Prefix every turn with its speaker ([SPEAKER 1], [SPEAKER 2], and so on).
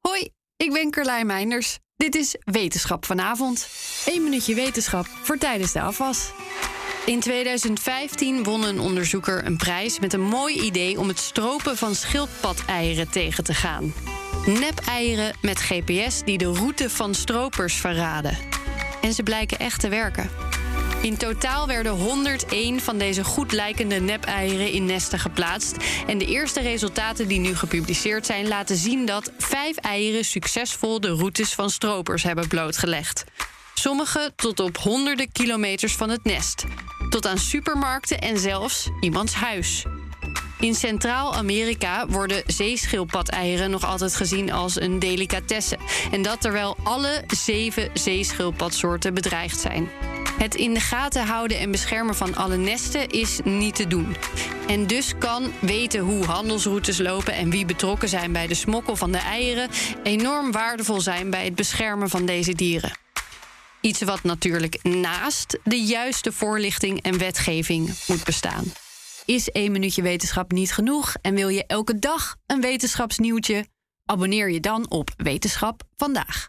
[SPEAKER 1] Hoi, ik ben Carlijn Meinders. Dit is Wetenschap vanavond. 1 minuutje wetenschap voor tijdens de afwas. In 2015 won een onderzoeker een prijs met een mooi idee om het stropen van schildpadeieren tegen te gaan. Nep-eieren met GPS die de route van stropers verraden. En ze blijken echt te werken. In totaal werden 101 van deze goed lijkende nep-eieren in nesten geplaatst. En de eerste resultaten die nu gepubliceerd zijn laten zien dat vijf eieren succesvol de routes van stropers hebben blootgelegd. Sommige tot op honderden kilometers van het nest. Tot aan supermarkten en zelfs iemands huis. In Centraal-Amerika worden zeeschildpadeieren nog altijd gezien als een delicatesse. En dat terwijl alle zeven zeeschildpadsoorten bedreigd zijn. Het in de gaten houden en beschermen van alle nesten is niet te doen. En dus kan weten hoe handelsroutes lopen en wie betrokken zijn bij de smokkel van de eieren enorm waardevol zijn bij het beschermen van deze dieren. Iets wat natuurlijk naast de juiste voorlichting en wetgeving moet bestaan. Is één minuutje wetenschap niet genoeg en wil je elke dag een wetenschapsnieuwtje? Abonneer je dan op Wetenschap vandaag.